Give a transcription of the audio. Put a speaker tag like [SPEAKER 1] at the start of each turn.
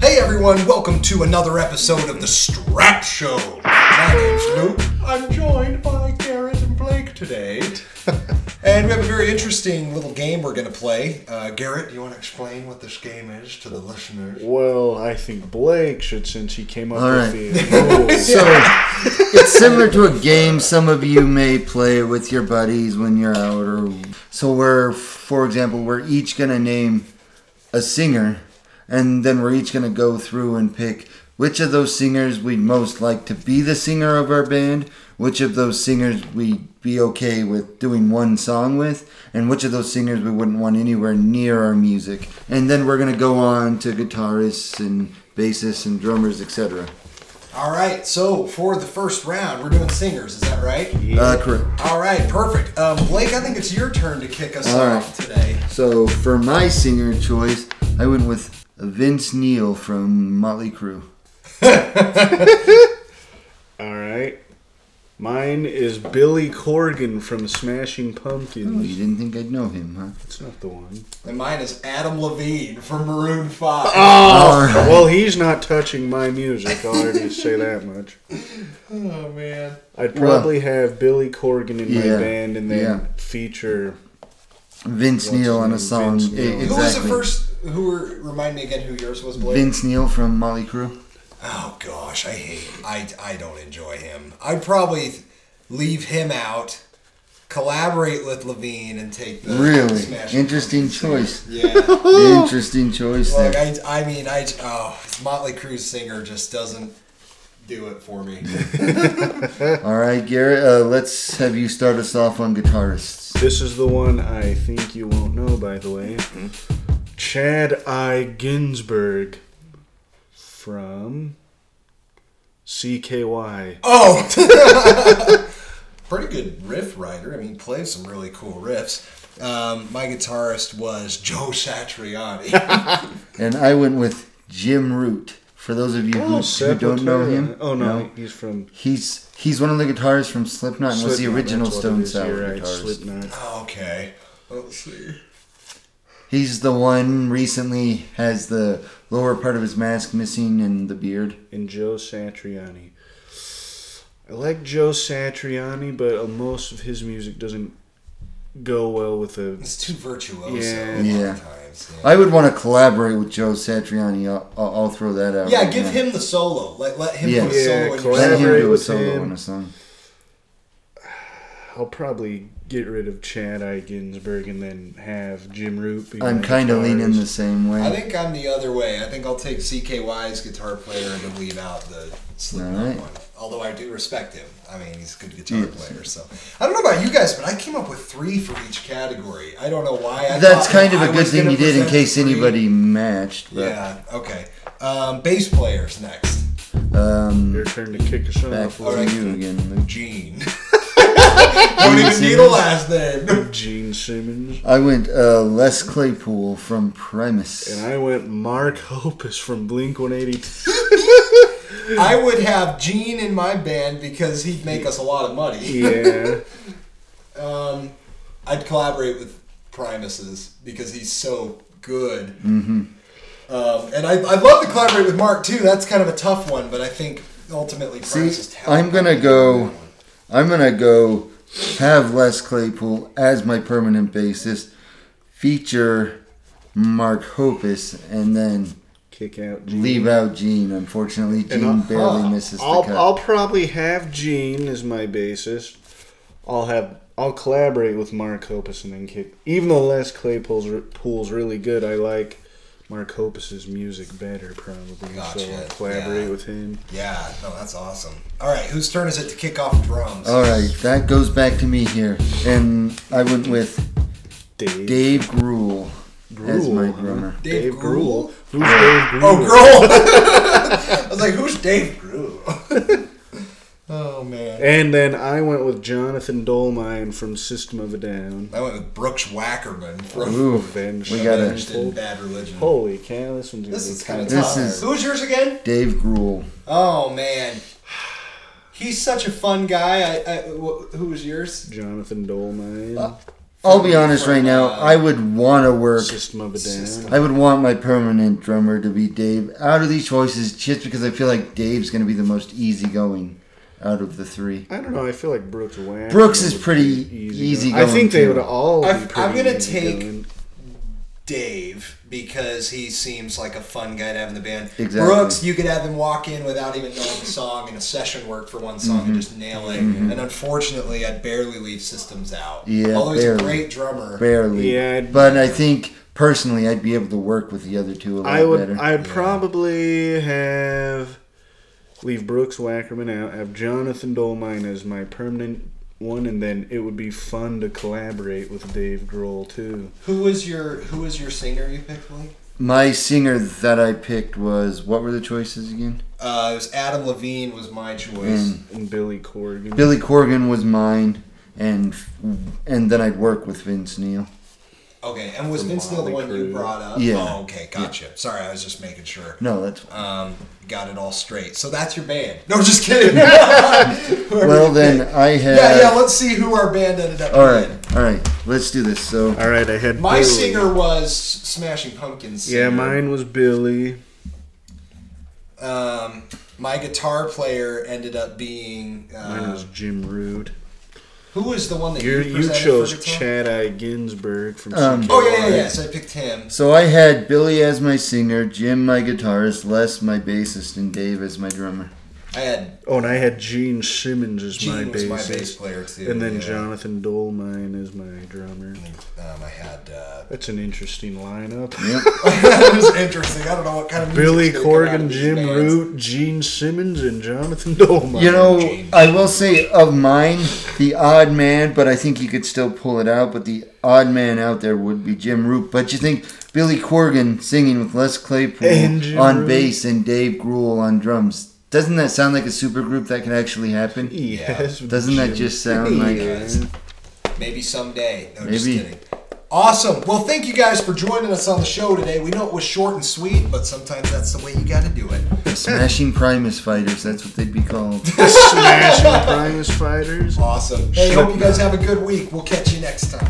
[SPEAKER 1] Hey everyone, welcome to another episode of The Strap Show. My name's Luke,
[SPEAKER 2] I'm joined by Garrett and Blake today.
[SPEAKER 1] and we have a very interesting little game we're going to play. Uh, Garrett,
[SPEAKER 2] Do you want to explain what this game is to the listeners?
[SPEAKER 3] Well, I think Blake should, since he came up
[SPEAKER 4] All
[SPEAKER 3] with
[SPEAKER 4] right.
[SPEAKER 3] the rules.
[SPEAKER 4] So it's similar to a game some of you may play with your buddies when you're out or so we're for example we're each going to name a singer and then we're each going to go through and pick which of those singers we'd most like to be the singer of our band, which of those singers we'd be okay with doing one song with, and which of those singers we wouldn't want anywhere near our music. And then we're going to go on to guitarists and bassists and drummers, etc.
[SPEAKER 1] all right, so for the first round, we're doing singers, is that right?
[SPEAKER 4] Uh, correct.
[SPEAKER 1] All right, perfect. Um, Blake, I think it's your turn to kick us
[SPEAKER 4] All right.
[SPEAKER 1] off today.
[SPEAKER 4] So for my singer choice, I went with Vince Neil from Motley Crue.
[SPEAKER 3] All right. Mine is Billy Corgan from Smashing
[SPEAKER 4] Oh,
[SPEAKER 3] Pumpkins.
[SPEAKER 4] you didn't think I'd know him, huh?
[SPEAKER 3] That's not the one.
[SPEAKER 1] And mine is Adam Levine from Maroon 5.
[SPEAKER 4] All right.
[SPEAKER 3] Uh, Well, he's not touching my music. I'll already say that much.
[SPEAKER 2] Oh man.
[SPEAKER 3] I'd probably have Billy Corgan in my
[SPEAKER 4] Yeah,
[SPEAKER 3] band and then
[SPEAKER 4] yeah.
[SPEAKER 3] feature.
[SPEAKER 4] Vince
[SPEAKER 3] What's
[SPEAKER 4] Neil on a
[SPEAKER 3] his
[SPEAKER 4] song.
[SPEAKER 3] name? Vince
[SPEAKER 4] e-
[SPEAKER 3] Neil.
[SPEAKER 4] Exactly.
[SPEAKER 1] Who was the first? Who were? Remind me again who yours was, Blake.
[SPEAKER 4] Vince Neil from Motley Crue.
[SPEAKER 1] Oh gosh, I hate. I I don't enjoy him. I'd probably leave him out, collaborate with Levine, and take the
[SPEAKER 4] Really
[SPEAKER 1] Smash
[SPEAKER 4] interesting
[SPEAKER 1] Pumpkins.
[SPEAKER 4] choice.
[SPEAKER 1] Yeah,
[SPEAKER 4] Interesting choice
[SPEAKER 1] like
[SPEAKER 4] there.
[SPEAKER 1] I, I mean, I oh, Motley Crue's singer just doesn't do it for me.
[SPEAKER 4] All right, Garrett. Uh, let's have you start us off on guitarists.
[SPEAKER 3] This is the one I think you won't know, by the way. Chad I. Ginsburg from CKY.
[SPEAKER 1] Oh, pretty good riff writer. I mean, plays some really cool riffs. Um, my guitarist was Joe Satriani.
[SPEAKER 4] And I went with Jim Root. For those of you who, who don't know
[SPEAKER 3] Sepultura.
[SPEAKER 4] him,
[SPEAKER 3] Oh no, he's from
[SPEAKER 4] he's he's one of the guitarists from Slipknot. and was the
[SPEAKER 3] Slipknot,
[SPEAKER 4] original
[SPEAKER 3] that's what it
[SPEAKER 4] Stone
[SPEAKER 3] is, you're
[SPEAKER 4] Sour
[SPEAKER 3] right,
[SPEAKER 4] guitarist.
[SPEAKER 3] Slipknot.
[SPEAKER 1] okay, let's see.
[SPEAKER 4] He's the one recently has the lower part of his mask missing and the beard.
[SPEAKER 3] and Joe Satriani. I like Joe Satriani, but uh, most of his music doesn't go well with the.
[SPEAKER 1] It's too virtuoso.
[SPEAKER 3] Yeah.
[SPEAKER 1] a lot of
[SPEAKER 4] Yeah.
[SPEAKER 1] times, yeah.
[SPEAKER 4] I would want to collaborate with Joe Satriani. I'll, I'll I'll throw that out.
[SPEAKER 1] Yeah,
[SPEAKER 4] right
[SPEAKER 1] give
[SPEAKER 4] now.
[SPEAKER 1] him the solo. Let, let him
[SPEAKER 4] Yeah.
[SPEAKER 1] do a
[SPEAKER 3] Yeah,
[SPEAKER 1] solo. in your
[SPEAKER 4] Let him
[SPEAKER 1] song.
[SPEAKER 3] collaborate
[SPEAKER 4] do a
[SPEAKER 3] with
[SPEAKER 4] solo
[SPEAKER 3] him.
[SPEAKER 4] on a song.
[SPEAKER 3] I'll probably get rid of Chad I Ginsburg and then have Jim Root. Be
[SPEAKER 4] I'm
[SPEAKER 3] my
[SPEAKER 4] kind of leaning the
[SPEAKER 3] guitarist.
[SPEAKER 4] same way.
[SPEAKER 1] I think I'm the other way. I think I'll take CKY's guitar player and then leave out the Slipknot
[SPEAKER 4] Alright.
[SPEAKER 1] one. Although I do respect him. I mean, he's a good guitar
[SPEAKER 4] Yes.
[SPEAKER 1] player. So I don't know about you guys, but I came up with three for each category. I don't know why. I
[SPEAKER 4] That's
[SPEAKER 1] thought
[SPEAKER 4] kind of
[SPEAKER 1] I
[SPEAKER 4] a good
[SPEAKER 1] was
[SPEAKER 4] thing
[SPEAKER 1] gonna
[SPEAKER 4] you did in
[SPEAKER 1] present
[SPEAKER 4] case
[SPEAKER 1] three.
[SPEAKER 4] anybody matched. But,
[SPEAKER 1] Yeah. Okay. Um, bass players next.
[SPEAKER 4] Um,
[SPEAKER 3] Your turn to kick us
[SPEAKER 4] back
[SPEAKER 3] off.
[SPEAKER 4] to
[SPEAKER 1] Alright.
[SPEAKER 4] you again. Luke.
[SPEAKER 1] Gene. don't even need a
[SPEAKER 4] Simmons.
[SPEAKER 1] last name.
[SPEAKER 3] Gene Simmons.
[SPEAKER 4] I went uh, Les Claypool from Primus.
[SPEAKER 3] And I went Mark Hoppus from Blink 182.
[SPEAKER 1] I would have Gene in my band because he'd make us a lot of money.
[SPEAKER 3] yeah.
[SPEAKER 1] Um, I'd collaborate with Primus's because he's so good.
[SPEAKER 4] Mm-hmm.
[SPEAKER 1] Um, and I, I'd love to collaborate with Mark too. That's kind of a tough one, but I think ultimately
[SPEAKER 4] See,
[SPEAKER 1] Primus is talent.
[SPEAKER 4] I'm gonna go. I'm gonna go. Have Les Claypool as my permanent bassist. Feature Mark Hoppus, and then
[SPEAKER 3] Kick out Gene.
[SPEAKER 4] leave out Gene. Unfortunately, Gene
[SPEAKER 3] I'll-
[SPEAKER 4] barely
[SPEAKER 3] uh, I'll-
[SPEAKER 4] misses
[SPEAKER 3] I'll,
[SPEAKER 4] the cut.
[SPEAKER 3] I'll probably have Gene as my bassist. I'll have I'll collaborate with Mark Hoppus and then kick. Even though Les Claypool's re- pool's really good, I like Mark Hoppus's music better probably. So
[SPEAKER 1] Gotcha,
[SPEAKER 3] I'll collaborate
[SPEAKER 1] yeah.
[SPEAKER 3] with him.
[SPEAKER 1] Yeah, no, that's awesome. All right, whose turn is it to kick off drums?
[SPEAKER 4] All right, that goes back to me here, and I went with
[SPEAKER 3] Dave,
[SPEAKER 4] Dave Grohl as my
[SPEAKER 3] Grohl, huh?
[SPEAKER 4] drummer.
[SPEAKER 1] Dave Grohl?
[SPEAKER 3] Who's Dave Grohl?
[SPEAKER 1] Oh, Grohl. I was like, who's Dave Grohl? oh man.
[SPEAKER 3] And then I went with Jonathan Dolmine from System of a Down.
[SPEAKER 1] I went with Brooks Wackerman from
[SPEAKER 4] Ooh,
[SPEAKER 3] Revenge.
[SPEAKER 4] we gotta-
[SPEAKER 1] Avenged in Bad Religion.
[SPEAKER 3] Holy cow! This one's gonna
[SPEAKER 1] This
[SPEAKER 3] be
[SPEAKER 1] is kind of
[SPEAKER 4] This
[SPEAKER 1] tough.
[SPEAKER 4] is-
[SPEAKER 1] Who's yours again?
[SPEAKER 4] Dave Grohl.
[SPEAKER 1] Oh man, he's such a fun guy. I, I wh- who was yours?
[SPEAKER 3] Jonathan Dolmine.
[SPEAKER 4] I'll be honest right now. I would want to work.
[SPEAKER 3] System of a down.
[SPEAKER 4] I would want my permanent drummer to be Dave. Out of these choices, just because I feel like Dave's going to be the most easygoing out of the three.
[SPEAKER 3] I don't know. I feel like Brooks Wang.
[SPEAKER 4] Brooks is pretty
[SPEAKER 3] easy. I
[SPEAKER 4] easygoing,
[SPEAKER 3] think they
[SPEAKER 4] too.
[SPEAKER 3] would all. Be
[SPEAKER 1] I've-
[SPEAKER 3] pretty
[SPEAKER 1] I'm gonna
[SPEAKER 3] easygoing.
[SPEAKER 1] take- Dave because he seems like a fun guy to have in the band.
[SPEAKER 4] Exactly.
[SPEAKER 1] Brooks, you could have him walk in without even knowing the song and a session work for one
[SPEAKER 4] Mm-hmm.
[SPEAKER 1] song and just nail it. And unfortunately, I'd barely leave Systems out.
[SPEAKER 4] Yeah,
[SPEAKER 1] although he's a
[SPEAKER 4] barely.
[SPEAKER 1] great drummer.
[SPEAKER 4] barely.
[SPEAKER 3] Yeah, I'd-
[SPEAKER 4] but I think personally, I'd be able to work with the other two a lot
[SPEAKER 3] I would.
[SPEAKER 4] better.
[SPEAKER 3] I'd probably have leave Brooks Wackerman out. Have Jonathan Dolmine as my permanent one, and then it would be fun to collaborate with Dave Grohl too.
[SPEAKER 1] Who was your Who was your singer you picked? Lee?
[SPEAKER 4] My singer that I picked was what were the choices again?
[SPEAKER 1] Uh, it was Adam Levine was my choice.
[SPEAKER 4] And
[SPEAKER 3] And Billy Corgan.
[SPEAKER 4] Billy Corgan was mine, and and then I'd work with Vince Neil.
[SPEAKER 1] Okay, and was
[SPEAKER 3] From
[SPEAKER 1] Vince Neil the
[SPEAKER 3] Motley
[SPEAKER 1] one you
[SPEAKER 3] Crue.
[SPEAKER 1] brought up?
[SPEAKER 4] Yeah.
[SPEAKER 1] Oh, okay, gotcha. Sorry, I was just making sure.
[SPEAKER 4] No, that's
[SPEAKER 1] Um, got it all straight. So that's your band. No, just kidding.
[SPEAKER 4] well. Then I had.
[SPEAKER 1] yeah, yeah. Let's see who our band ended up.
[SPEAKER 4] all
[SPEAKER 1] being.
[SPEAKER 4] right, all right. Let's do this. So
[SPEAKER 3] All right, I had
[SPEAKER 1] My
[SPEAKER 3] Billy.
[SPEAKER 1] singer was Smashing Pumpkins.
[SPEAKER 3] Yeah,
[SPEAKER 1] singer.
[SPEAKER 3] mine was Billy.
[SPEAKER 1] Um, my guitar player ended up being
[SPEAKER 3] Mine
[SPEAKER 1] uh,
[SPEAKER 3] was Jim Root.
[SPEAKER 1] who was the one that
[SPEAKER 3] You,
[SPEAKER 1] you,
[SPEAKER 3] you
[SPEAKER 1] presented
[SPEAKER 3] chose
[SPEAKER 1] for guitar?
[SPEAKER 3] Chad I. Ginsburg from
[SPEAKER 4] Um,
[SPEAKER 3] CKY.
[SPEAKER 1] Oh yeah, yeah, yeah. So I picked him.
[SPEAKER 4] so I had Billy as my singer, Jim my guitarist, Les my bassist, and Dave as my drummer.
[SPEAKER 1] I had
[SPEAKER 3] Oh, and I had Gene Simmons as
[SPEAKER 1] Gene
[SPEAKER 3] my
[SPEAKER 1] was my
[SPEAKER 3] bassist,
[SPEAKER 1] bass player too,
[SPEAKER 3] and then
[SPEAKER 1] yeah.
[SPEAKER 3] Jonathan Dolmine as my drummer.
[SPEAKER 1] Um, I had. Uh,
[SPEAKER 3] That's an interesting lineup.
[SPEAKER 4] Yep.
[SPEAKER 1] it was interesting. I don't know what kind of music's
[SPEAKER 3] Billy
[SPEAKER 1] gonna come out
[SPEAKER 3] Corgan,
[SPEAKER 1] of these
[SPEAKER 3] Jim
[SPEAKER 1] bands.
[SPEAKER 3] Root, Gene Simmons, and Jonathan Dolmine.
[SPEAKER 4] You know,
[SPEAKER 1] James.
[SPEAKER 4] I will say of mine, the odd man, but I think you could still pull it out. But the odd man out there would be Jim Root. But you think Billy Corgan singing with Les
[SPEAKER 3] And Jim
[SPEAKER 4] Claypool on
[SPEAKER 3] Root.
[SPEAKER 4] bass and Dave Grohl on drums? Doesn't that sound like a supergroup that can actually happen?
[SPEAKER 3] yes.
[SPEAKER 4] Doesn't that
[SPEAKER 3] Jim
[SPEAKER 4] just sound like?
[SPEAKER 1] Yes. Maybe someday. No, just
[SPEAKER 4] Maybe.
[SPEAKER 1] kidding. Awesome. Well, thank you guys for joining us on the show today. We know it was short and sweet, but sometimes that's the way you got to do it.
[SPEAKER 4] Smashing Primus Fighters, that's what they'd be called.
[SPEAKER 3] Smashing Primus Fighters?
[SPEAKER 1] Awesome. Hey, hope you guys have a good week. We'll catch you next time.